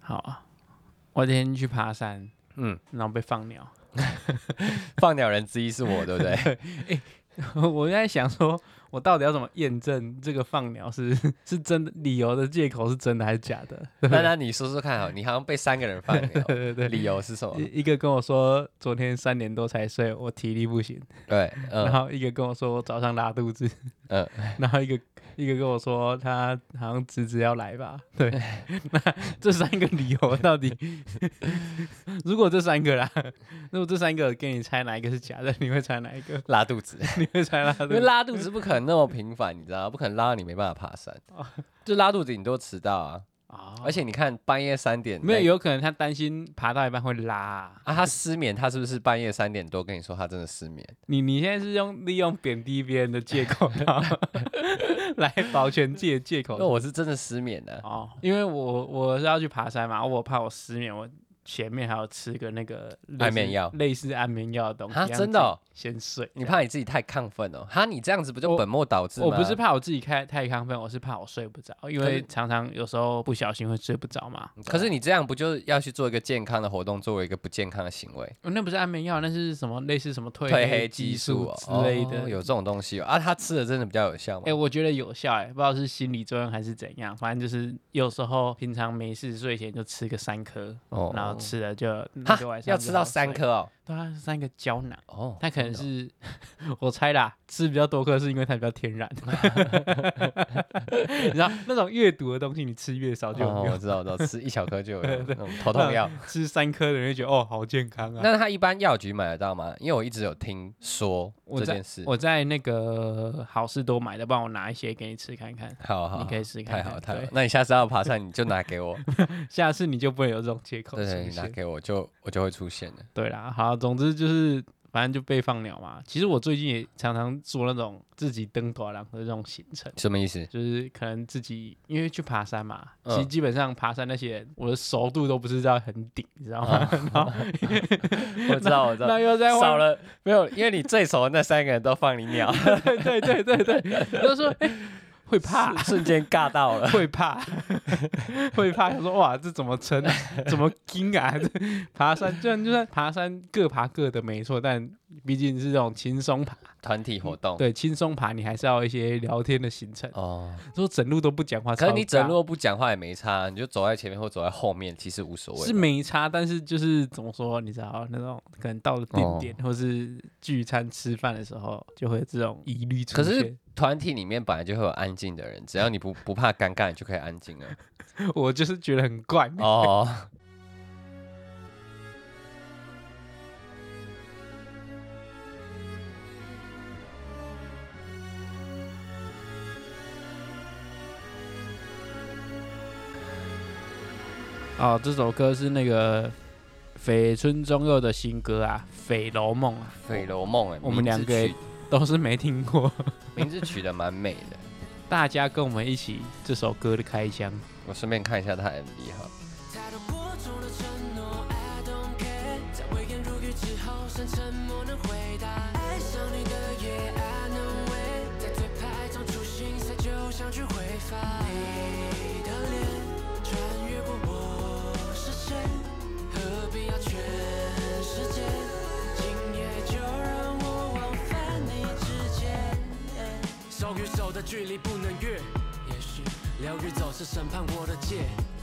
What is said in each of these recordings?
好啊，我今天去爬山，嗯，然后被放鸟。 放鸟人之一是我，对不对？我在想说，我到底要怎么验证这个放鸟是 是真的理由的借口是真的还是假的？那那你说说看好，你好像被三个人放鸟， 对对对，哦理由是什么？一一个跟我说昨天三点多才睡，我体力不行；对，然嗯后一个跟我说我早上拉肚子，嗯， 然后一个一个跟我说他好像侄子要来吧， 对，那这三个理由到底， 如果这三个啦，如果这三个给你猜哪一个是假的，你会猜哪一个？拉 肚子，你会猜哪因为个？拉肚子不可能那么频繁，你知道吗，不可能拉到你没办法爬山 哦，就拉肚子你都迟到啊。啊而且你看半夜三点没有，那有可能他担心爬到一半会拉啊、啊，他失眠，他是不是半夜三点多跟你说他真的失眠？你你现在是用利用贬低别人的借口，然 后来保全自己的借口那我是真的失眠啊呢、哦，因为我我是要去爬山嘛，我怕我失眠，我前面还要吃个那个类似安眠药类似安眠药的东西，啊让真的哦自己先睡。你怕你自己太亢奋哦？哈，你这样子不就我本末倒置吗？我不是怕我自己开太亢奋，我是怕我睡不着，因可为是常常有时候不小心会睡不着嘛。可是你这样不就是要去做一个健康的活动，作为一个不健康的行为？哦那不是安眠药，那是什么类似什么褪褪黑激激素之类的。哦有这种东西、哦、啊？他吃的真的比较有效吗？哎、我觉得有效哎、不知道是心理作用还是怎样，反正就是有时候平常没事睡前就吃个三颗，哦然后吃了就那哈个晚上要就吃到好睡三，颗哦。对啊，三个胶囊。哦，它可能真的哦是 我猜啦，吃比较多颗是因为它比较天 然，你知道那种越毒的东西，你吃越少就哦有我用。知道，我知道，吃一小颗就有对用对那种头痛药。 吃三颗的人会觉得哦，好健康啊！那他一般药局买得到吗？因为我一直有听说我这在件事。我在那个好事多买的，帮我拿一些给你吃看看，好好，你可以以试看太看。好太好对。那你下次要爬山，你就拿 给我，下次你就不会有这种借口对出对，你拿现。给我就我就会出现了。对啦，好，总之就是反正就被放鸟嘛。其实我最近也常常做那种自己登短廊的这种行程，什么 意思？就是可能自己因为去爬山嘛，嗯其实基本上爬山那些人，我的熟度都不是在很顶，你知道吗？然后我知道，我知哦道那。又在少换，了没有？因为你最熟的那三个人都放 你鸟，对对对对对，就说哎、会怕。 瞬间尬到了。会怕， 会怕。他说：“哇，这怎么撑？啊怎么硬啊？ 这爬山，虽然就算爬山各爬各的没错，但毕竟是这种轻松爬，团体活动对，轻松爬，你还是要有一些聊天的行程。哦，说整路都不讲话，啊可是你超尬整路不讲话也没差，你就走在前面或走在后面，其实无所谓。是没差，但是就是怎么说，你知道那种可能到了定点、哦或是聚餐吃饭的时候，就会有这种疑虑出可是现。团体里面本来就会有安静的 人，只要你不不怕尴尬，你就可以安静了。 我就是觉得很怪，哦， 哦，这首歌是那个绯村中佑的新歌啊，《绯楼梦》啊， 《飞楼梦》哎，我们名两字个也取都是没听过。 名字取得蛮美的。大家跟我们一起这首歌的开箱，我顺便看一下他 MV 哈，太多播种的承诺，I don't care。在危言入语之后，剩沉默能回答。爱上你的夜，I know it。在嘴牌长出新色，就想去挥发。你的脸穿越过我视线，何必要全世界？今夜就让我往返你指尖。手与手的距离不能越，也许疗愈总是审判我的界。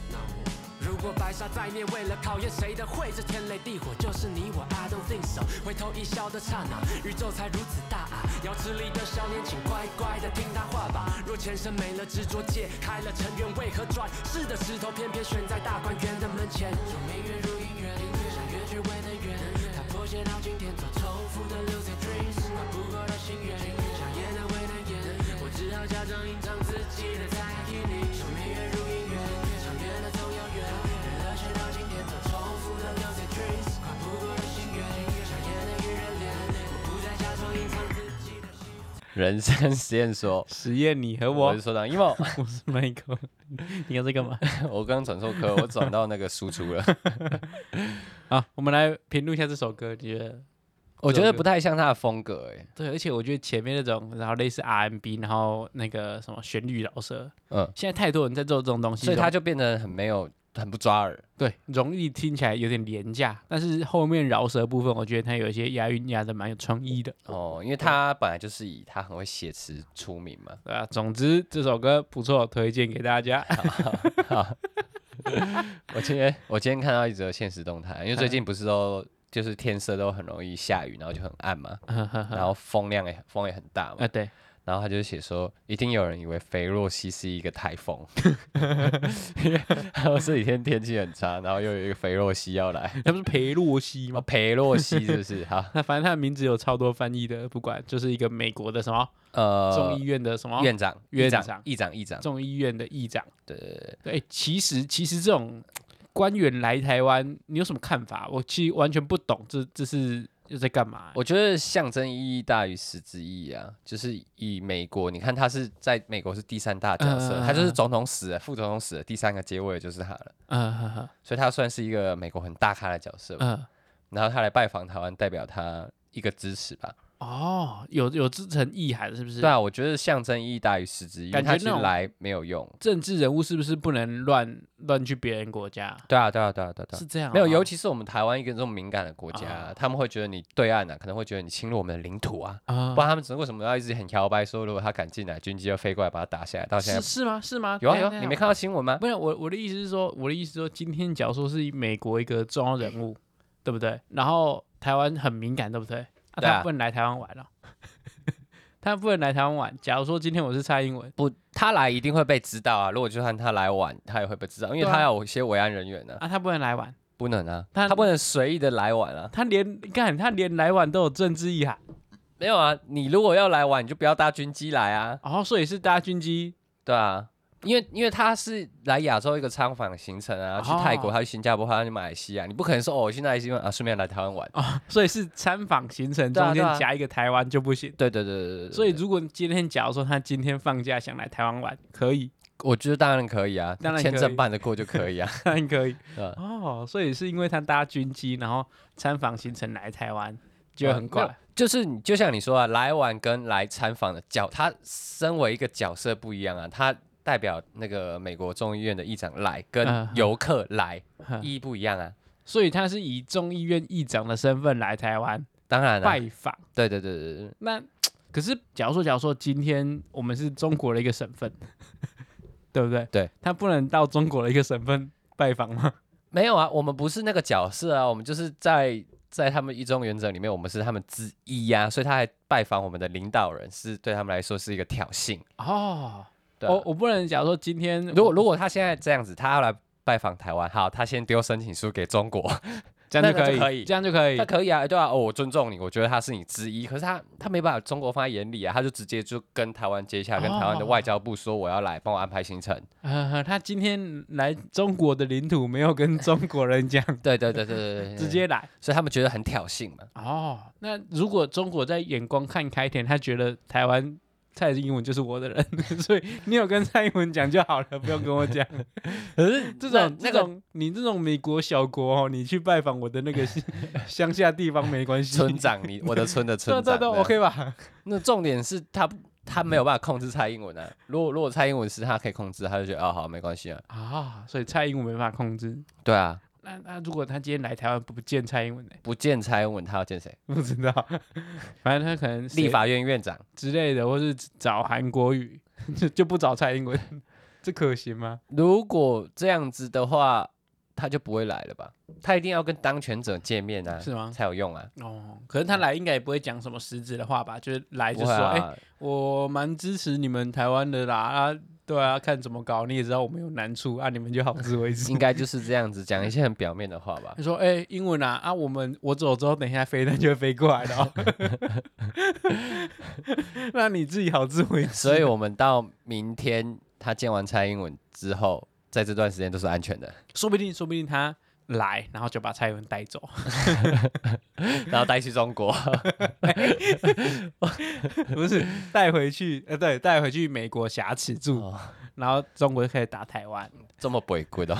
那我如果白沙在涅，为了考验谁的会，这天雷地火就是你我。I don't think so，回头一笑的刹那，宇宙才如此大啊！瑶池里的少年，请乖乖的听他话吧。若前生没了执着，解开了尘缘，为何转世的石头偏偏悬在大观园的门前？说明月如姻缘，像越去为的缘，它破解到今天，做重复的流水 dreams，跨不过的心愿，想也难为难言，我只好假装隐藏自己的在意里。说明月如姻缘，相约的总有缘，为了谁到今天，做重复的流水 dreams，跨不过的心愿，想也难与人怜，我不再假装隐藏自己的心。人生实验所。实验你和 我我是，说到，因为 我 我是 Michael，你 要在干嘛？我刚转错科，我转到那个输出了。好，我们来评论一下这首歌，你觉得？ 我觉得不太像他的风格哎。对，而且我觉得前面那种，然后类似 RMB，然后那个什么旋律饶舌，嗯，现在太多人在做这种东西，所以他就变得很没有很不抓耳。对，容易听起来有点廉价，但是后面饶舌部分，我觉得它有一些押韵押的蛮有创意的。哦，因为他本来就是以他很会写词出名嘛。对啊，总之这首歌不错，推荐给大 家。我今天 我今天看到一则现实动态，因为最近不是都就是天色都很容易下雨，然后就很暗嘛，然啊，后风量也风也很大嘛，对，然后他就写说，一定有人以为肥洛西是一个台风，然后这几天天气很差，然后又有一个肥洛西要来， 那不是裴洛西什么吗？裴洛西是不是？好，那反正他的名字有超多翻译的，不管就是一个美国的什么众呃议，院的什么院长，院长长，议长，议长，众议院的议长。对对对，对，其实其实这种官员来台湾，你有什么看法？我其实完全不懂这这是又在干嘛、我觉得象征意义大于实质意义啊，就是以美国，你看他是在美国是第三大角色，嗯嗯嗯他就是总统死了，副总统死了，第三个接位的就是他了，嗯哼哼所以他算是一个美国很大咖的角色。嗯，然后他来拜访台湾，代表他一个支持吧。哦，有有自成意涵是不是？对啊，我觉得象征意义大于实质意义，因为感觉他其实那种来没有用。政治人物是不是不能乱乱去别人国家？对啊，对啊，对啊，对啊，对啊是这哦样、没有，尤其其是我们台湾一个这么敏感的国家，啊他们会觉得你对岸啊，可能会觉得你侵入我们的领土啊。啊不然他们为什么要一直很摇摆说，如果他敢进来，军机要飞过来把他打下来？到现是在是吗？是吗？有啊等一有下啊，你没？看到新闻吗？不是我我的意思是说，我的意思是说，今天假如说是美国一个重要人物，对不对？然后台湾很敏感，对不对？啊，对啊他不能来台湾玩了、 他不能来台湾玩。假如说今天我是蔡英文，不，他来一定会被知道啊。如果就算他来晚，他也会被知道，因为对啊他有一些维安人员呢、啊，啊，他不能来玩，不能啊，他他不能随意的来晚啊。他连你看他连来玩都有政治意涵，没有啊，你如果要来晚，你就不要搭军机来啊。然后哦所以是搭军机对啊，因为因为他是来亚洲一个参访行程啊，去泰国，哦他去新加坡，他去马来西亚，你不可能说哦，我现在因为啊顺便来台湾玩。啊、所以是参访行程对啊中间对啊夹一个台湾就不行。对对对对对对，所以对如果今天假如说他今天放假想来台湾玩，可以， 我觉得当然可以啊，当然可以签证办得过就可以啊。 当然可以。对啊哦，所以是因为他搭军机，然后参访行程来台湾，就啊很没怪有。就是你就像你说啊，来晚跟来参访的角，他身为一个角色不一样啊，他代表那个美国众议院的议长来跟嗯游客来哼意义不一样啊。 所以他是以众议院议长的身份来台湾当然啊，拜访。对对对对对，那可是，假如说，假如说今天我们是中国的一个省份， 对不对？对，他不能到中国的一个省份拜访 吗？没有啊，我们不是那个角色啊，我们就是在在他们一中原则里面，我们是他们之一呀、所以他还拜访我们的领导人，是对他们来说是一个挑衅。哦，对啊、我我不能假如说今天如果如果他现在这样子，他要来拜访台湾，好，他先丢申请书给中国，这样那可就可以这样就可以 他。可以啊，对啊，哦，我尊重你，我觉得他是你之一，可是他他没把中国放在眼里啊，他就直接就跟台湾接洽，跟台湾的哦外交部说我要来，帮我安排行程。呃，他今天来中国的领土没有跟中国人讲，对对对对 对 对，直，接来。所以他们觉得很挑衅嘛。哦，那如果中国在眼光看开一点，他觉得台湾蔡英文就是我的人， 所以你有跟蔡英文讲就好了，不用跟我 讲。可是这种那这个种你这种美国小国哦，你去拜访我的那个 乡下地方没关系，啊村长，你我的村的村对 对对长，这样，OK 吧？那重点是他不他没有办法控制蔡英文啊。如果如果蔡英文是他可以控制，他就觉得哦好没关系啊。啊，所以蔡英文没办法控制。对啊，那那如果他今天来台湾不见蔡英文呢？不见蔡英文他要见谁？不知 道，反正他可能谁立法院院长。之类的，或是找韩国语， 就就不找蔡英文， 这可行吗？如果这样子的话，他就不会来了吧？他一定要跟当权者见面啊，是吗？才有用啊。哦，可是他来应该也不会讲什么实质的话吧？就是来就不说，会哎、啊，我蛮支持你们台湾的啦，啊，对啊，看怎么搞。你也知道我们有难处啊，你们就好自为之 应。该就是这样子讲一些很表面的话 吧他。说，哎、英文啊，啊，我们我走之后，等一下飞弹就会飞过来的、哦， 那你自己好自为之。所以我们到明天他见完蔡英文之后，在这段时间都是安 全的，说不定，说不定他来，然后就把蔡英文带走。 然后带去中国。不是带回去，呃，对，带回去美国挟持住，哦然后中国就开始打台湾， 这么鬼鬼的，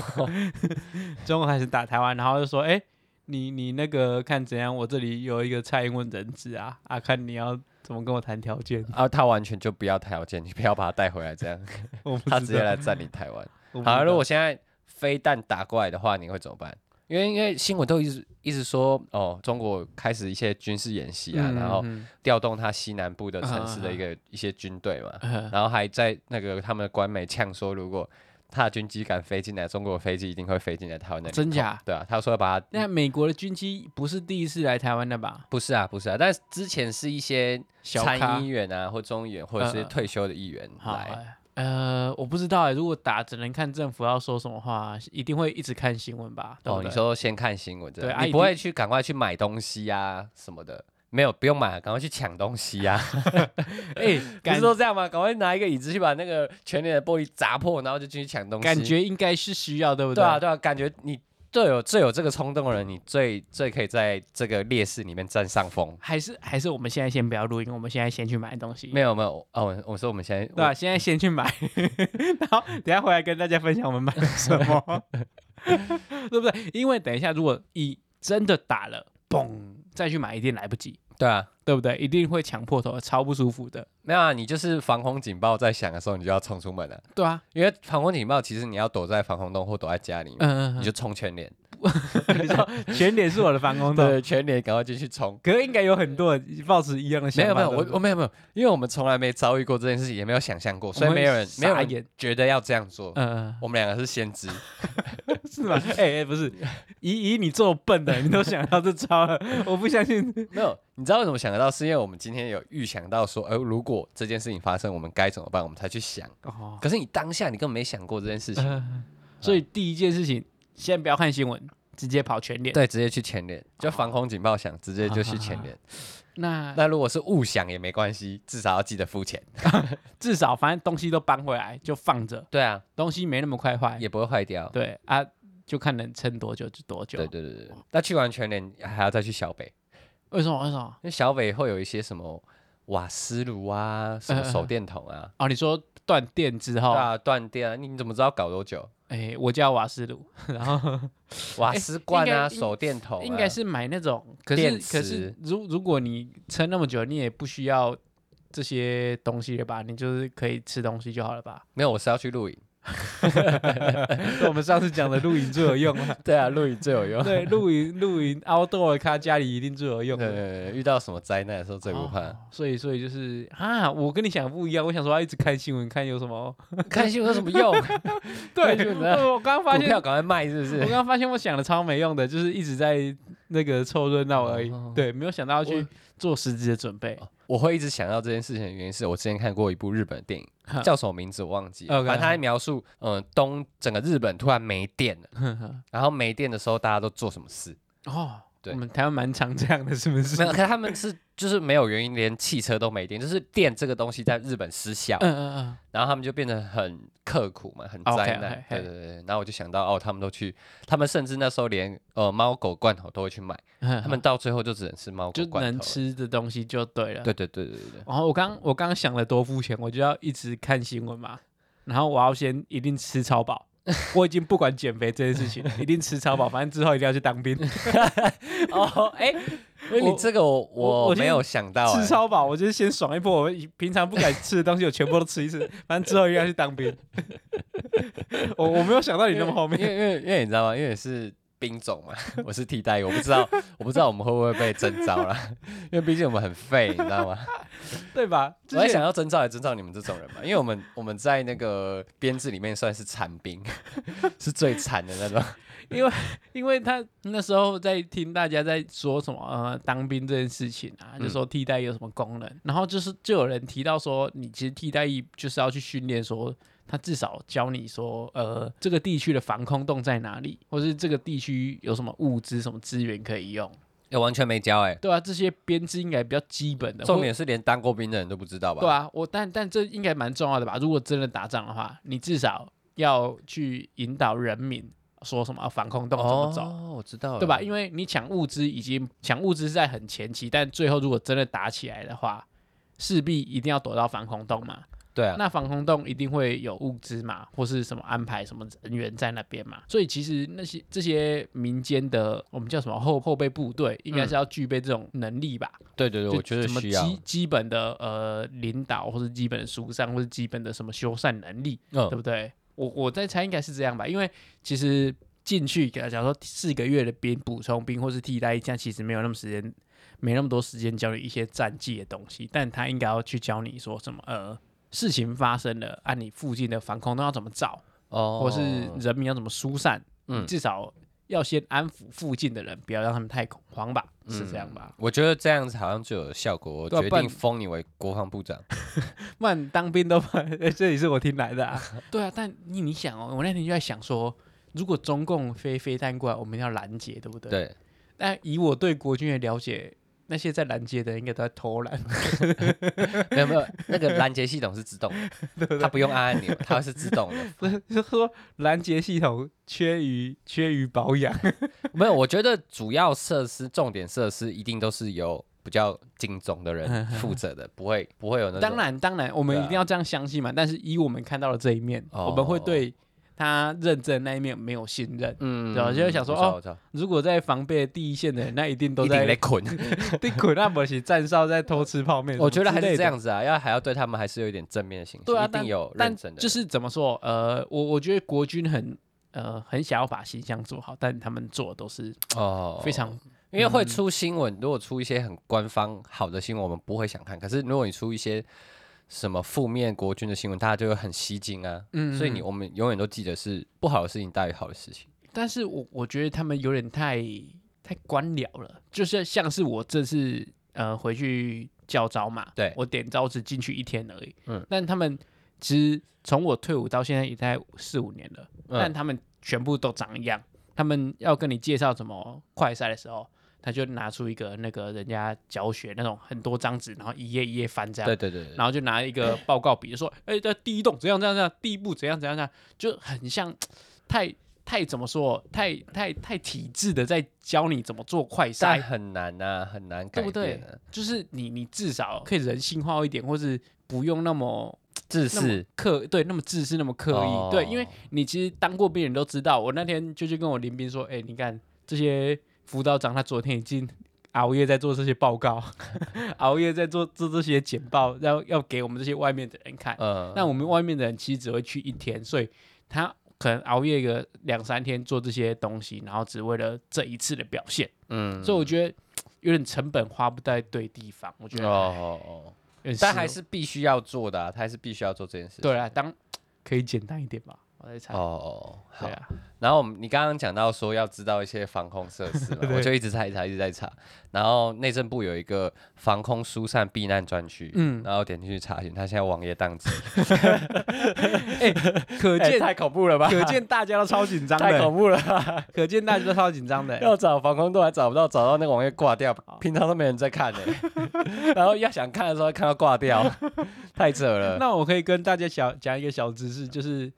中国开始打台湾，然后就说，哎、你你那个看怎样？我这里有一个蔡英文人质啊，啊，看你要怎么跟我谈条件。 啊，他完全就不要条件，你不要把他带回来，这样我不知道他直接来占领台湾。我不知好啊，道如果现在飞弹打过来的话，你会怎么办？因为因为新闻都一直一直说哦，中国开始一些军事演习啊，然后嗯调动它西南部的城市的一个、一些军队嘛，嗯然后还在那个他们的官媒呛说，如果他的军机敢飞进来，中国的飞机一定会飞进来台湾那里。哦真假？对啊，他说要把它那美国的军机不是第一次来台湾的吧？不是啊，不是啊，但是之前是一些小咖参议员啊，或众议员，或者是嗯嗯退休的议员好来。哎呃，我不知道哎、如果打只能看政府要说什么话，一定会一直看新闻吧？对不哦，对你说先看新闻，这对样啊你一不会定去赶快去买东西啊什么的，没有不用买，赶快去抢东西啊，哎、 不感是说这样吗？赶快拿一个椅子去把那个全脸的玻璃砸破，然后就进去抢东西。感觉应该是需要，对不对啊，对对啊，感觉你最有最有这个冲动的人，你最最可以在这个劣势里面占上风。还是还是我们现在先不要录音，我们现在先去买东西。没有没有，哦，我说我们先对啊，现在先去买， 然后等一下回来跟大家分享我们买了什 么，对不对？因为等一下如果一真的打了，嘣，再去买一定来不及，对啊，对不对？一定会抢破头，超不舒服的。没有啊，你就是防空警报在响的时候，你就要冲出门了。对啊，因为防空警报，其实你要躲在防空洞或躲在家里面，嗯，你就冲全脸，你 说全脸是我的防空洞，对，全脸赶快进去冲。可是应该有很多人抱持一样的想没法。有没有，我对不我对没有没有，因为我们从来没遭遇过这件事情，也没有想象过，所以我们没有人没有傻人眼觉得要这样做。嗯，我们两个是先知，是吗？ 哎、哎，不是，以以你这么笨的，你都想到这招了，我不相信。没有，你知道为什么想得到？是因为我们今天有预想到说，哎、如果这件事情发生，我们该怎么办，我们才去想。 哦，可是你当下你根本没想过这件事 情，嗯所以第一件事情，先不要看新闻，直接跑全脸。对，直接去前脸，就防空警报响，直接就去前脸。啊那那如果是误想也没关系，至少要记得付钱。至少反正东西都搬回来就放着，对啊，东西没那么快坏。也不会坏掉。对啊，就看能撑多久就多久。对对对对，对那去完全脸还要再去小北，为什么？为什么？因为小北会有一些什么瓦斯炉啊，什么手电筒 啊，哦，你说断电之后对，啊，断电啊，你你怎么知道搞多久？哎，我家有瓦斯炉，然后瓦斯罐啊，应该手电筒啊、应该是买那种，可是电可池是如如果你撑那么久，你也不需要这些东西了吧？你就是可以吃东西就好了吧？没有，我是要去 露营。我们上次讲的露营最有用了。对啊，露营最有 用。对，露营露营 outdoor 咖家里一定最有用对的。对对，遇到什么灾难的时候最不怕。哦所以所以就是啊，我跟你想的不一样，我想说啊要一直看新闻，看有什么。看新闻有什么用？ 对看新闻，怎么样我刚刚发股现，票我赶快卖，是不刚是？刚发现我想的超没用的，就是一直在那个凑热闹而已哦。对，没有想到要我去做实质的准备。我会一直想到这件事情的原因是我之前看过一部日本的电影，叫什么名字我忘记了。 OK 反正它在描述，嗯、东整个日本突然没电了，然后没电的时候大家都做什么事？ 哦，哦对我们台湾蛮常这样的，是不是没？有，可他们是就是没有原因，连汽车都没电，就是电这个东西在日本失 效，嗯嗯然后他们就变得很刻苦嘛，很 OK，灾难。嘿嘿对对对，然后我就想到哦，他们都去，他们甚至那时候连呃猫狗罐头都会去买，嗯，他们到最后就只能吃猫 就狗罐头能了。吃的东西就对了。对对对对对对。然后我刚我刚想了多付钱，我就要一直看新闻嘛，然后我要先一定吃超 饱。我已经不管减肥这件事情，一定吃超饱，反正之后一定要去当兵。 哦，哎，你 我这个我我我我没有想到、吃哎超饱，我就是先爽一波。我平常不敢吃的东西，我全部都吃一次， 反正之后一定要去当兵。 我我没有想到你那么后因面，为因为因为你知道吗？因为你是兵种嘛， 我是替代役，我不知道我不知道我们会不会被征召啦， 因为毕竟我们很废，你知道吗？对吧？ 之我在前想要征召也征召你们这种人嘛，因为我们我们在那个编制里面算是残兵， 是最惨的 那种。因为因为他那时候在听大家在说什么呃当兵这件事情啊，就说替代役有什么功能，然后就是就有人提到说，你其实替代役就是要去训练说。他至少教你说，呃，这个地区的防空洞在哪里，或是这个地区有什么物资、什么资源可以用，也完全没教哎、对啊，这些编制应该比较基本的。重点是连当过兵的人都不知道吧？对啊，我但但这应该蛮重要的吧？如果真的打仗的话，你至少要去引导人民说什么、啊防空洞怎么走，哦，我知道了，对吧？因为你抢物资已经抢物资是在很前期，但最后如果真的打起来的话，势必一定要躲到防空洞嘛。对啊，那防空洞一定会有物资嘛，或是什么安排什么人员在那边嘛。所以其实那些这些民间的我们叫什么后后备部队，应嗯该是要具备这种能力吧？对对对，就我觉得什么需要，基基本的呃领导，或是基本的疏散，或是基本的什么修缮能力，对嗯，不对？我我在猜应该是这样吧，因为其实进去，假如说四个月的兵补充兵或是替代役，这样其实没有那么时间，没那么多时间教你一些战绩的东西，但他应该要去教你说什么呃。事情发生了，按、你附近的防空洞要怎么找，哦，或是人民要怎么疏散，嗯至少要先安抚附近的人，不要让他们太恐慌吧，是这样吧？我觉得这样子好像就有效果。我对啊决不然定封你为国防部长。不然当兵都怕， 欸、这里是我听来的、啊。 对啊，但你你想哦，我那天就在想说，如果中共飞飞弹过来，我们要拦截，对不对？。对， 但以我对国军的了解，那些在拦截的人应该都在偷懒。 没有没有，那个拦截系统是自动 的，它不用按按钮，它是自动的。就是说拦截系统缺于缺于保 养。没有，我觉得主要设施、重点设施一定都是由比较精总 的人负责的，不会不会有那种。当，然，当然，我们对啊一定要这样相信嘛。但是以我们看到的这一面，哦我们会对他认证那一面没有信任。嗯对啊就会想说我知道哦我知道如果在防备第一线的人，那一定都一定在在捆。 对捆那不是站哨在偷吃泡面。我觉得还什么之类的是这。样子啊，要还要对他们还是有一点正面的形象，对啊一定有认但真的人。就是怎么说？呃，我我觉得国军很呃很想要把形象做好，但他们做的都是哦，非常因为嗯会出新闻，如果出一些很官方好的新闻，我们不会想看。可是如果你出一些什么负面国军的新闻，大家就会很吸睛啊。嗯所以你嗯我们永远都记得是不好的事情大于好的事情。但是我我觉得他们有点太太官僚了，就是像是我这次呃回去教招嘛，对我点招只进去一天而已，嗯嗯，但他们其实从我退伍到现在也在四五年了，嗯但他们全部都长一样，他们要跟你介绍怎么快筛的时候。他就拿出一个那个人家教学那种很多张纸，然后一页一页翻这样对，对对对然后就拿一个报告笔，就说：“哎、在第一栋怎样怎样怎样，第一步怎样怎样怎样，就很像太太怎么说，太太太体制的在教你怎么做快但筛，很难呐、很难对改不对变的、啊。？就是你你至少可以人性化一点，或是不用那么自那么私刻对那么自私那么刻意，哦对，因为你其实当过兵，人都知道。我那天就去跟我林斌说：，哎、你看这些辅导长，他昨天已经熬夜在做这些报告， 熬夜在做做这些简报，要要给我们这些外面的人看。呃，那我们外面的人其实只会去一天，所以他可能熬夜个两三天做这些东西，然后只为了这一次的表现。嗯所以我觉得有点成本花不在对地方，我觉得哎哦哦哦，有点失但望还是必须要做的、啊，他还是必须要做这件事情。对啊，当可以简单一点吧，我在猜。哦哦，哦好对。啊，，然后我们你刚刚讲到说要知道一些防空设 施嘛对我就一直查一直查一直在查。然后内政部有一个防空疏散避难专区，嗯然后点进去查询，它现在网页宕机， 可哎见 太恐怖了吧？可见大家都超紧张太的，恐怖了吧！ 可见大家都超紧张的。 要找防空洞还找不到，找到那个网页挂 掉，平常都没人在 看的、然后要想看的时候看到挂 掉，太扯了。那我可以跟大家小讲一个小知识，就是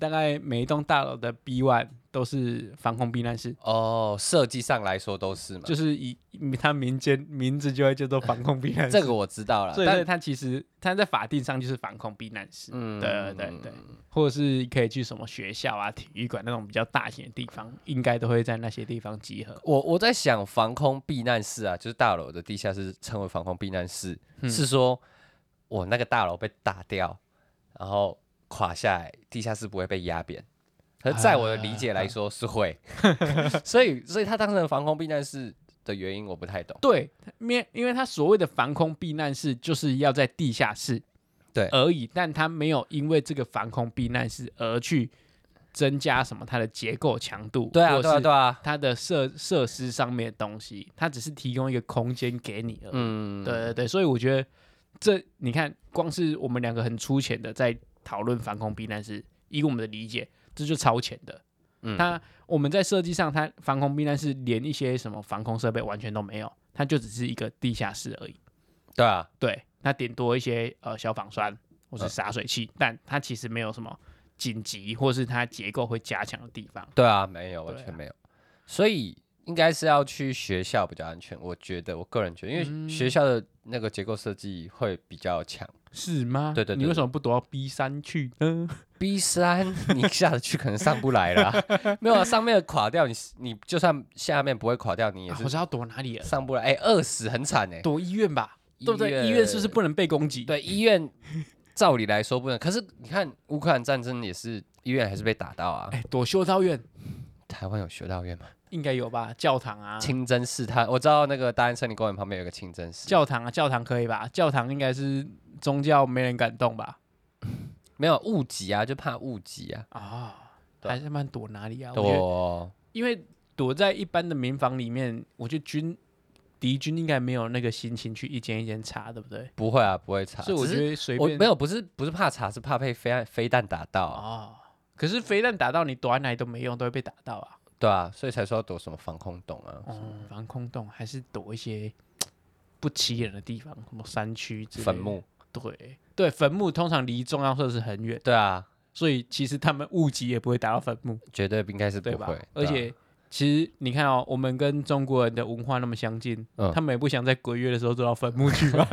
大概每一栋大楼的 B one 都是防空避难室，哦，设计上来说都是嘛，就是以它民间名字就会叫做防空避难室。这个我知道了，所以所以但它其实它在法定上就是防空避难室，嗯对对对，或者是可以去什么学校啊、体育馆那种比较大型的地方，应该都会在那些地方集合。我我在想，防空避难室啊，就是大楼的地下室称为防空避难室，是说我那个大楼被打掉，然后垮下来，地下室不会被压扁。可是在我的理解来说是会， 所以所以它当成防空避难室的原因我不太懂。对，面因为它所谓的防空避难室就是要在地下室对而已，但它没有因为这个防空避难室而去增加什么它的结构强度，对啊或对啊是对啊，它的设设施上面的东西，它只是提供一个空间给你而已。嗯，对对对，所以我觉得这你看，光是我们两个很粗浅的在讨论防空避难是以我们的理解，这就超前的。嗯它我们在设计上，它防空避难是连一些什么防空设备完全都没有，它就只是一个地下室而已。对啊，对，它顶多一些呃消防栓或是呃洒水器，但它其实没有什么紧急或是它结构会加强的地方。对啊，没有，完对啊全没有。所以应该是要去学校比较安全，我觉得，我个人觉得，因为学校的那个结构设计会比较强。是吗？对对对你为什么不躲到 B 三去呢？ B 三你下得去可能上不来啦， 没有啊，上面垮掉你你就算下面不会垮掉，你也啊是我知道躲哪里了，上不来。哎、二十很惨哎、躲医院吧，对不对？医医院是不是不能被攻击？对医院，照理来说不能，可是你看乌克兰战争也是医院还是被打到啊。哎，躲修道院台湾有修道院吗？应该有吧？教堂啊，清真寺，它我知道那个大安森林公园旁边有个清真寺，教堂啊，教堂可以吧？教堂应该是宗教没人敢动吧？没有误击啊，就怕误击啊。哦啊、对还是蛮躲哪里啊？我觉得躲因为躲在一般的民房里面，我觉得军敌军应该没有那个心情去一间一间查，对不对？不会啊，不会查。所以我只觉是得随我便没有，不是不是怕查，是怕被飞弹飞弹打到、啊，哦。可是飞弹打到你，躲在哪里都没用，都会被打到啊。对啊，所以才说要躲什么防空洞啊，哦，防空洞还是躲一些不起眼的地方，什么山区之类的坟。墓，对对，坟墓通常离重要设施很远，对啊，所以其实他们误击也不会打到坟墓，绝对应该是不对会。吧？对啊而且其实你看哦，我们跟中国人的文化那么相近，嗯他们也不想在鬼月的时候走到坟墓去吧，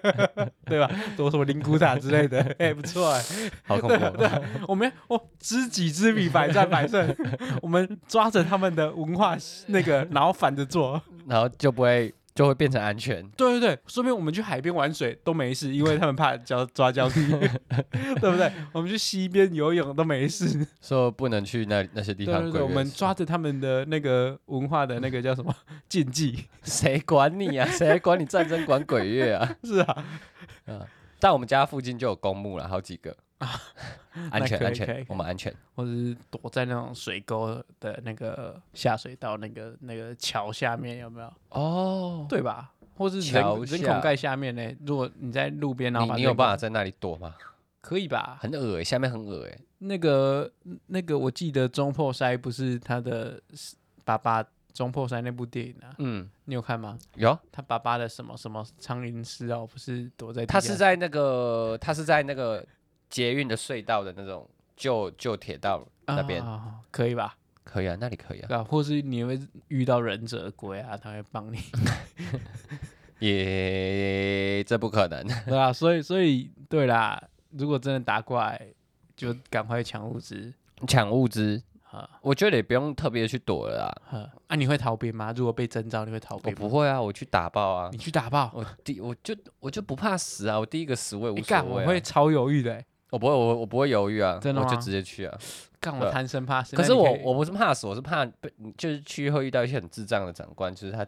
对吧？躲什么灵骨塔之类的，哎、不错哎、好 恐怖啊，我们哦，知己知彼，百战百胜。 我们抓着他们的文化那个，然后反着做。然后就不会就会变成安全。对对对，说明我们去海边玩水都没事，因为他们怕交抓交 替，对不对？我们去溪边游泳都没事。说不能去那那些地对方对对，鬼月我们是抓着他们的那个文化的那个叫什 么禁忌？ 谁管你啊？ 谁还管你战争管鬼月啊？是啊，但我们家附近就有公墓了，好几个。安啊那全可以安可以可以全，我们安全。或者是躲在那种水沟的那个下水道那个那个桥下面，有没有？哦，对吧？或是人桥人下孔盖下面呢？如果你在路边，然后你把你有人办孔法在那里躲吗？可以吧？很恶欸下面很恶欸那个那个，我记得中破塞不是他的爸爸中破塞那部电影啊，嗯，你有看吗？有，他爸爸的什么什么苍蝇师哦，不是躲在地他下是在那个他是在那个捷运的隧道的那种旧旧铁道那边，啊可以吧？可以啊，那里可以啊，对啊，或是你会遇到忍者龟啊，他会帮你，也这不可能。对啊，所以所以对啦，如果真的打过来，就赶快抢物资 抢物 资，啊我觉得也不用特别去躲了啦。啊！啊，你会逃兵吗？如果被征召，你会逃我兵吗？不会啊，我去打爆啊你！去打爆，我第我就我就不怕死啊！我第一个死我也你无干、所我谓、啊。会超犹豫的、欸，我不会，我我不会犹豫啊，真的我就吗直接去啊。干对我啊贪生怕死。可那是你我以我不是怕死，我是怕被就是去会遇到一些很智障的长官，就是他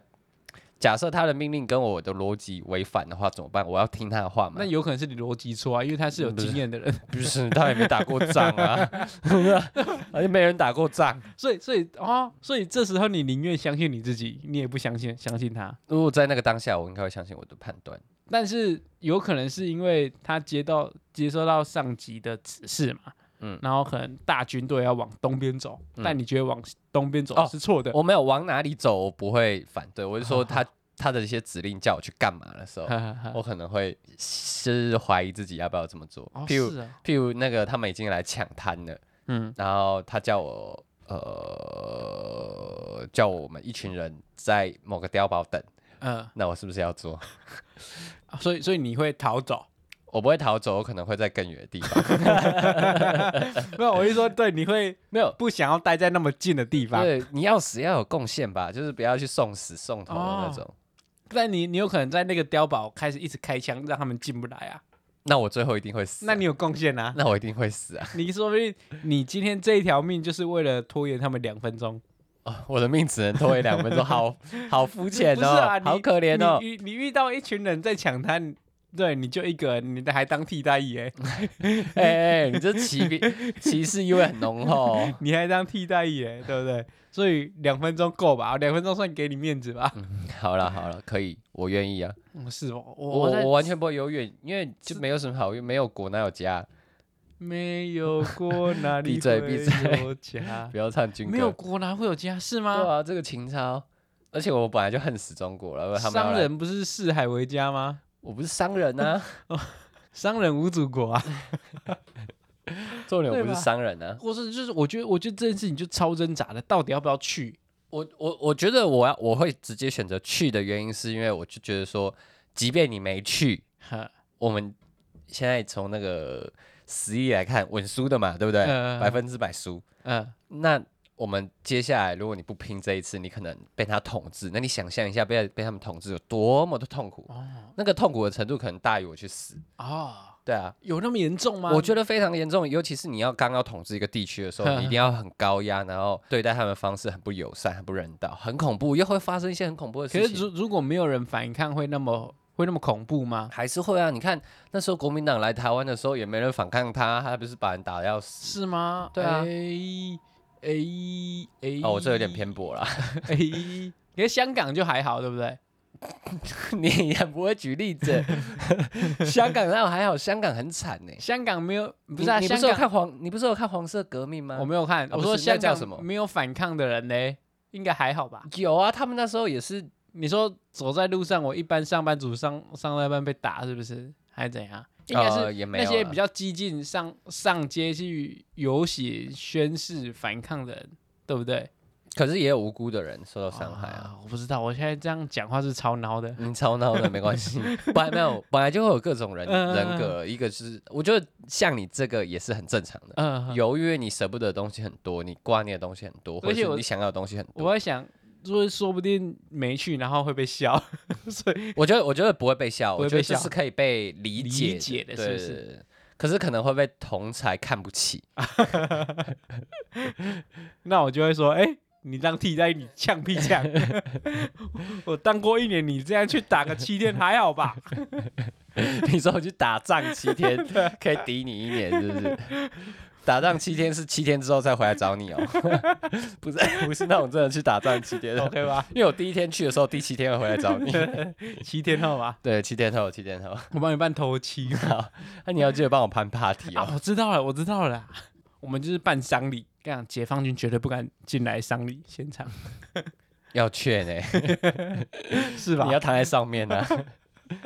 假设他的命令跟我的逻辑违反的话怎么办？我要听他的话吗那？有可能是你逻辑错啊，因为他是有嗯不是经验的人，不是，他也没打过仗 啊，而且没人打过仗。所以所以哦，所以这时候你宁愿相信你自己，你也不相信相信他。如果在那个当下，我应该会相信我的判断。但是有可能是因为他接到接收到上级的指示嘛，嗯然后可能大军队要往东边走，嗯但你觉得往东边走哦是错的，我没有往哪里走，我不会反对。我 是说他他的一些指令叫我去干嘛的时候，哈哈哈我可能会是怀疑自己要不要这么做。哦譬如是啊，譬如那个他们已经来抢滩了。嗯，然后他叫我呃叫我们一群人在某个碉堡等，呃，那我是不是要做？ 所以所以你会逃走？我不会逃走，我可能会在更远的地方。 没有，我是说，对，你会没有，不想要待在那么近的地方，对，你要死要有贡献吧，就是不要去送死送头的那哦种。但你你有可能在那个碉堡开始一直开枪，让他们进不来啊，那我最后一定会死啊、那你有贡献啊，那我一定会死啊！ 你说不定你今天这一条命就是为了拖延他们两分钟。哦我的命只能拖一两分 钟，好好肤浅不是哦，啊，你好可怜哦你。遇你遇到一群人在抢他，你对，你就一个人，你还当替代役哎、哎哎、你这歧 歧视意味很浓厚哦、你还当替代役哎、对不对？所以两分钟够吧？两分钟算给你面子吧？嗯好了好了，可以，我愿意啊。嗯、是哦，我我在我完全不会犹豫，因为就没有什么好，没有国哪有家，没有过哪里 闭嘴会闭嘴有 家，不要唱军歌。没有国哪会有家是对吗？啊，这个情操。而且我本来就恨死中国了，他们要商来，人不是视海为家吗？我不是商人啊， 商人无祖国啊！ 重点我对不吧是商人啊。或是就是，我觉得我觉得这件事情就超挣扎的，到底要不要 去？我我我觉得我要我会直接选择去的原因，是因为我就觉得说，即便你没去，哈，我们现在从那个实力来看，稳输的嘛，对不对？嗯嗯嗯百分之百输。嗯、那我们接下来，如果你不拼这一次，你可能被他统治。那你想象一下被被他们统治有多么的痛苦，那个痛苦的程度可能大于我去死。哦，对啊，有那么严重吗？我觉得非常严重，尤其是你要刚要统治一个地区的时候，你一定要很高压，然后对待他们的方式很不友善、很不人道、很恐怖，又会发生一些很恐怖的可事是情。如如果没有人反抗，会那么会那么恐怖吗？还是会啊，你看那时候国民党来台湾的时候，也没人反抗他，他不是把人打的要死。是吗？哎对啊诶诶诶，哦，我这有 点偏颇啦， 诶，哎可是香港就还好，对不对？你也不会举例 子。香港那还好，香港很惨呢、香港没有，不你是啊？你不香是有港看黄？你不是有看黄色革命吗？我没有看，啊我不说是那香叫什么港没有反抗的人嘞，应该还好吧？有啊，他们那时候也是你说走在路上，我一般上班族上上到一半被打，是不是？还是怎样？应该呃是也没那有些啦比较激进上上街去游行宣誓反抗的人，对不对？可是也有无辜的人受到伤害啊！啊。我不知道，我现在这样讲话是超孬的。你吵闹的没关 系，本来没有，本来就会有各种人嗯嗯嗯人格。一个是我觉得像你这个也是很正常的，嗯、由于你舍不得的东西很多，你挂念的东西很多，或而者且是我你想要的东西很多。我在想，说说不定没去，然后会被笑， 所以 我觉得我觉得不会被笑，不会我觉得被这笑是可以被理解理解的对是不是对对可是可能会被同才看不起， 那我就会说，哎、你当替代你呛屁呛， 我当过一年，你这样去打个七天还好 吧？你说我去打仗七 天啊可以抵你一年，是不是？打仗七天是七天之后再回来找你哦， 不是不是那种真的去打仗七天 的 OK 吧？因为我第一天去的时候，第七天会回来 找你。七天后吧，对，七天后，七天后。我帮你办头七好，那你要记得帮我攀 party 啊！哦。我知道了，我知道了啦，我们就是办丧礼，这样解放军绝对不敢进来丧礼现场，要劝哎、是吧你？要躺在上面呢、啊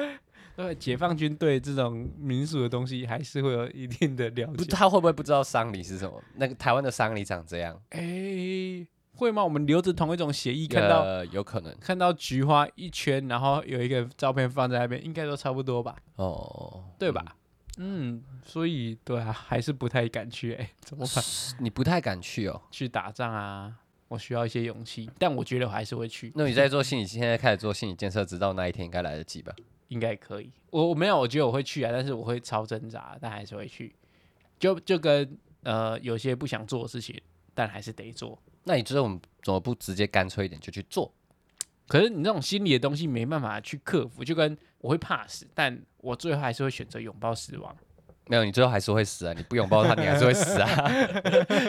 对，解放军对这种民俗的东西还是会有一定的了不，解。他会不会不知道丧礼是什么？那个台湾的丧礼长这样，哎、会吗？我们留着同一种协议，看到、呃有可能看到菊花一圈，然后有一个照片放在那边，应该都差不多吧？哦，对吧？嗯，所以对啊，还是不太敢去哎、 怎么办？是？你不太敢去哦。去打仗啊，我需要一些勇气，但我觉得我还是会去，那你在做心理，现在开始做心理建设，直到那一天应该来得及吧？应该可以。我我没有，我觉得我会去啊，但是我会超挣扎，但还是会去。就就跟呃有些不想做的事情，但还是得做。那你这种怎么不直接干脆一点就去做？可是你这种心理的东西没办法去克服，就跟我会怕死，但我最后还是会选择拥抱死亡。没有，你最后还是会死啊！你不拥抱他，你还是会死啊！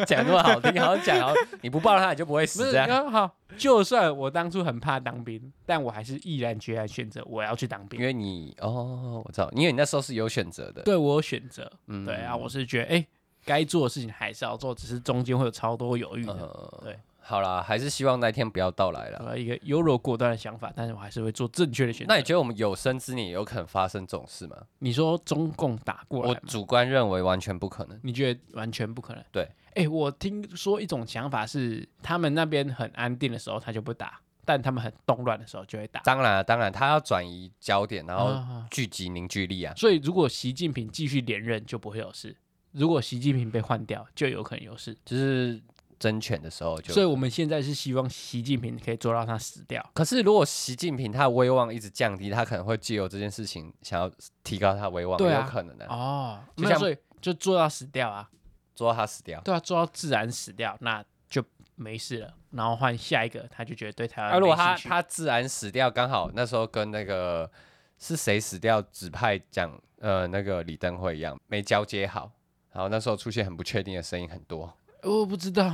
讲那么好听，好像讲好，你不抱他，你就不会不死是这样。啊好，就算我当初很怕当兵，但我还是毅然决然选择我要去当兵因。为你哦，我知道，因为你那时候是有选择的，对我有选择，嗯对啊，我是觉得哎，诶该、做的事情还是要做，只是中间会有超多犹豫的，呃对，好啦，还是希望那一天不要到来对了。呃吧一个优柔果断的想法，但是我还是会做正确的选择。那你觉得我们有生之年有可能发生这种事吗？你说中共打过我来吗，主观认为完全不可能。你觉得完全不可能？对，哎、我听说一种想法是，他们那边很安定的时候他就不打，但他们很动乱的时候就会打。当然、啊，当然，他要转移焦点，然后啊聚集凝聚力啊。所以如果习近平继续连任，就不会有事；如果习近平被换掉，就有可能有事。就是争权的时候就。所以我们现在是希望习近平可以做到他死掉。可是如果习近平他的威望一直降低，他可能会借由这件事情想要提高他的威望，对啊有可能的、啊，哦，就那像所以就做到死掉啊。做到他死掉。对啊，做到自然死掉，那就没事了。然后换下一个，他就觉得对台湾啊，如果没他兴趣他自然死掉，刚好那时候跟那个是谁死掉指派讲呃那个李登辉一样，没交接好，然后那时候出现很不确定的声音很多。我不知道，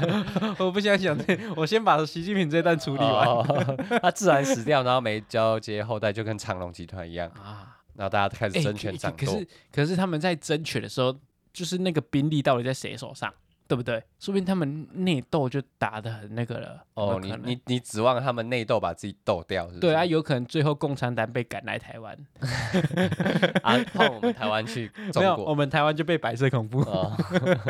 我不想想这，我先把习近平这段处理完、哦 他自然死掉，然后没交接后代，就跟长隆集团一样，啊。然后大家开始哎争权掌可舵。是可是他们在争权的时候，就是那个兵力到底在谁手上，对不对？说不定他们内斗就打的很那个了。哦，有你可能你你指望他们内斗把自己斗掉是不是？对啊，，有可能最后共产党被赶来台湾，啊，换我们台湾 去中没有，哦我国。们台湾就被白色恐怖。哦，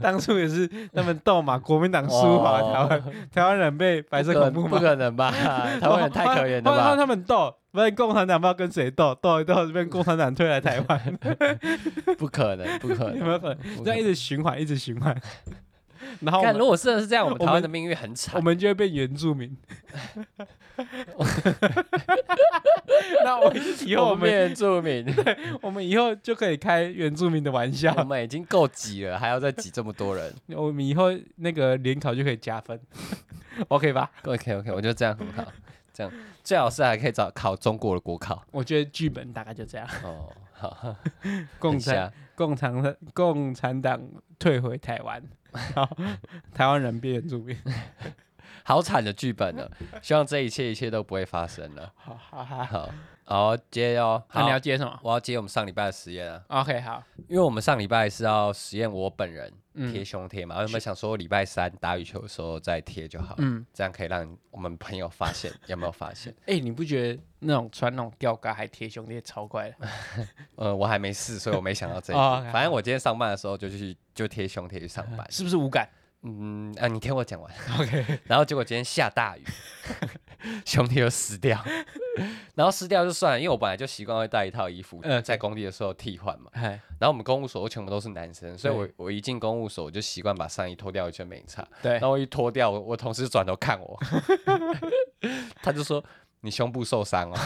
当初也是他们斗嘛，国民党输嘛，哦台湾台 湾人被白色恐怖不嘛可不，可能吧？台湾人太可怜了换换 吧？他们斗，不然共产党不知道跟谁斗，斗一斗就被共产党推来台湾，不可能，不可有 能。没有可能？不 可这样一直循环，一直循环。然后我看，们如果真的是这样，我们我台湾们的命运很惨我。们就会变原住民。那我 以后我我们们原 住民，我们以后就可以开原住民的玩笑我，们已经够挤了，还要再挤这么多 人。我们以后那个联考就可以加分 ，OK 吧？ OK OK，我觉得这样很好， 这样最好是还可以找考中国的 国考。我觉得剧本大概就这样。哦，好， 共很瞎产共产共产党退回台 湾，然后台湾人变原住民，好惨的剧本呢，希望这一切一切都不会发生了。 好好好。好，好接哦。那好你，要接什么我要接我们上礼拜的实验啊， ？OK，好，因为我们上礼拜是要实验我本人嗯贴胸贴嘛，我们想说礼拜三打羽球的时候再贴就好了，嗯，这样可以让我们朋友发现 有没有 发现。哎、你不觉得那种穿那种吊嘎还贴胸贴超怪的？呃，我还没试，所以我没想到这 一哦，OK，点。反正我今天上班的时候就去就贴胸贴去上 班。是不是无感？嗯啊，你听我讲完。OK。然后结果今天下 大雨，胸贴又湿掉，然后湿掉就算了，因为我本来就习惯会带一套衣服，嗯在工地的时候替换嘛。哎，然后我们公务所又全部都是男生，所以我我一进公务所我就习惯把上衣脱掉，一圈没差。对然，后我一脱掉，我我同事转头 看我，他就说你胸部受伤哦，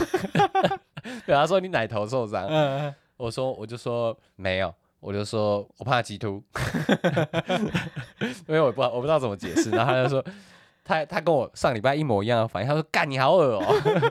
对，他说你奶头受伤，嗯、我说我就说没有，我就说我怕 鸡突，因为我不知道我不知道怎么解释，然后他就说他他跟我上礼拜一模一样的反应，他说干你好恶哦、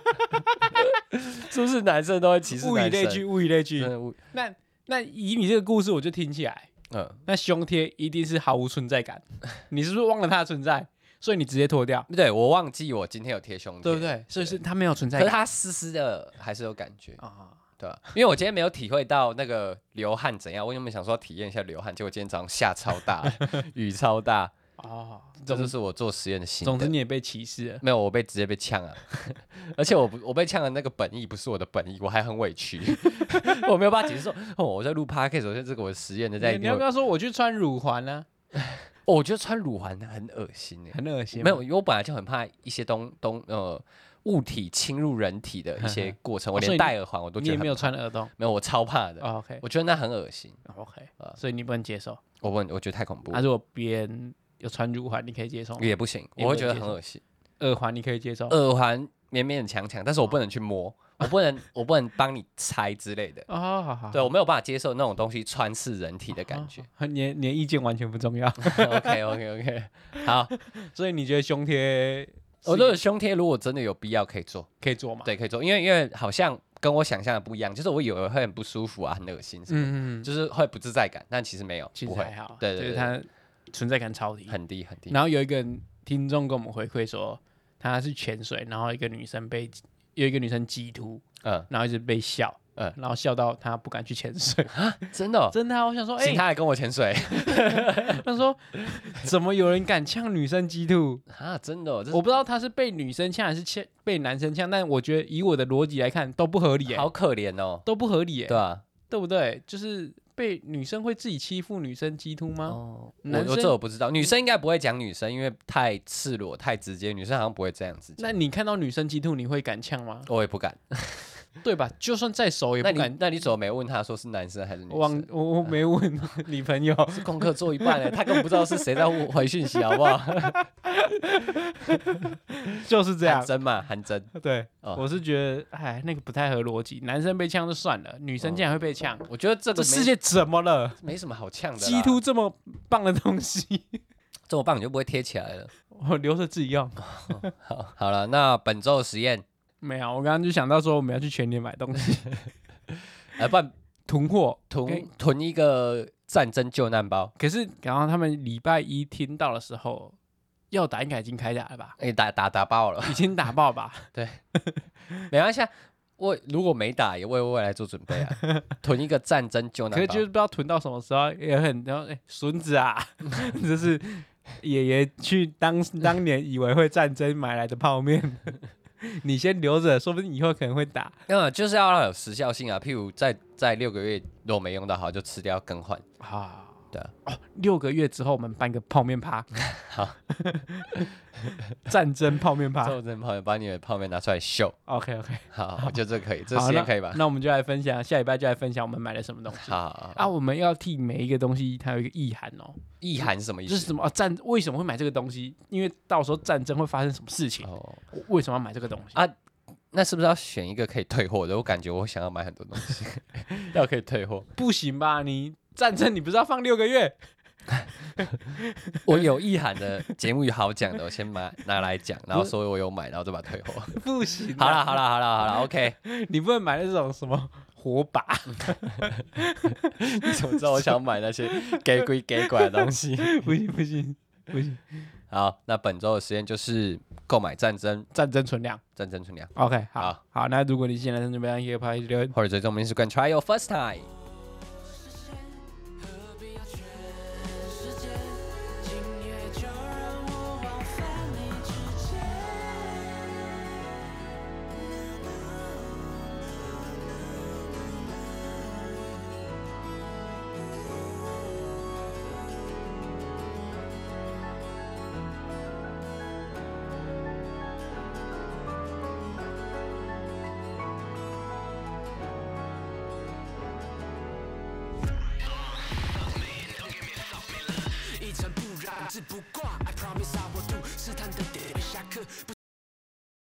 是不是男生都会歧视物男生？嗯以类聚，物以类聚真。的物，那那以你这个故事，我就听起来，嗯，那胸贴一定是毫无存在感。你是不是忘了它的存在？所以你直接脱掉，对我忘记我今天有贴胸贴，对不？对？所以是它没有存在可是感它湿湿的，还是有感觉，啊。对吧、因为我今天没有体会到那个流汗怎样，我原本想说体验一下流汗，结果今天早上下超大， 雨超大，哦，这就总是我做实验的心得。总之你也被歧视了。没有，我被直接被呛啊！ 而且我不我被呛的那个本意不是我的本意，我还很委屈， 我没有办法解释说，哦，我在录 podcast，我在这个我实验的在你一你定要会，跟哦，他说我去穿乳环呢、我觉得穿乳环很恶心很恶心吗。哎，没有，因为我本来就很怕一些东东呃物体侵入人体的一些过程，我哦所以连你戴耳环我都你觉也得没有很穿耳洞。没有，我超怕的，哦 OK 我觉得那很恶心， OK，啊所以你不能接受。我问，我觉得太恐怖那、。如果别人有穿乳环，你可以接受吗？啊也呃不行，也我会不觉能得接很受恶心。耳环你可以接受。耳环勉勉强强，但是我不能去摸，我不能，我不能帮你拆之类的。哦，好好，对，我没有办法接受那种东西穿刺人体的感觉。好， 你的你的意见完全不重 要。 OK OK OK，好，所以你觉得胸贴我觉得胸贴如果真的有必要可以做，可以做吗？对，可以做，因为因为好像跟我想象的不一样，就是我以为会很不舒服啊，很恶心什嗯，么，嗯嗯，就是会不自在感，但其实没有，其不实会还，好，啊对就对是对它存在感超低。很低很低。然后有一个听众跟我们回馈说，他是潜水，然后一个女生被有一个女生激突，嗯，然后一直被笑，嗯然后笑到他不敢去潜 水，真的哦、真的、啊，我想说，哎、请他来跟我潜 水他说怎么有人敢呛女生激突？啊！真的哦、这我不知道他是被女生呛还是呛被男生呛，但我觉得以我的逻辑来看都不合理、是欸好，可怜哦，都不合理、欸，对啊，对不对？就是被女生会自己欺负女生激突吗？哦，我男我生这我不知道，女生嗯应该不会讲女生，因为太赤裸太直接，女生好像不会这样子讲，那你看到女生激突，你会敢呛吗？我也不敢。对吧？就算再熟也那不你敢。那你怎么没问他说是男生还是女生？ 忘我我没问 你朋友，是功课做一半哎，他根本不知道是谁在回讯息，好不好？ 就是这样韩。真嘛，韩真，对，哦我是觉得，哎，那个不太合逻辑。男生被呛就算了，女生竟然会被呛，我觉得这这个哦世界怎么了？没没什么好呛的啦，鸡突这么棒的东西，这么棒你就不会贴起来了。我留着自己用。好，好了，那本周的实验，没有，我刚刚就想到说我们要去全年买东西， 呃，不然囤货。囤跟囤一个战争救难包，可是，然后他们礼拜一听到的时候，药打应该已经开打了吧？哎、打打打爆了，已经打爆吧？ 没关系、啊。我如果没打，也为未来做准备 啊！囤一个战争救可难是包，就是不知道囤到什么时候，也很然后哎，孙子啊， 这是爷爷去当当年以为会战争买来的泡面， 你先留着，说不定以后可能会打。嗯，就是要让它有时效性啊。譬如在在六个月如果没用到好，就吃掉更换。啊，对啊，哦，六个月之后我们办个泡面 趴，好，战争泡面趴。周正泡面把你的泡面拿出来秀， OK OK，好，我觉得这可以，这好时间那可以吧？那我们就来分享，下礼拜就来分享我们买了什么东西。好好，啊，好我们要替每一个东西它有一个意涵哦，意涵是什么意就是思？什么、啊、战为什么会买这个东西？因为到时候战争会发生什么事情，哦，我为什么要买这个东西？啊那是不是要选一个可以退货的？我感觉我想要买很多 东西，要可以退货。不行吧？你战争你不是要放六个 月？我有意涵的节目有好讲的，我先拿拿来讲，然后说我有买，然后再把它退货。不行、啊好啦，好啦，好啦，好啦 o k 你不能买那种什么火把，你怎么知道我想买那些给鬼给拐的东西？ 不行不行不行，好，那本周的实验就是购买战争战争存量。战争存量， OK，好好那如果你现在正准备按一个拍留言，或者追踪我们 Instagram try your first time。何必要全世界？今夜就让我往返你指尖。一尘不染，志不挂。I promise I will do。试探的点，下课不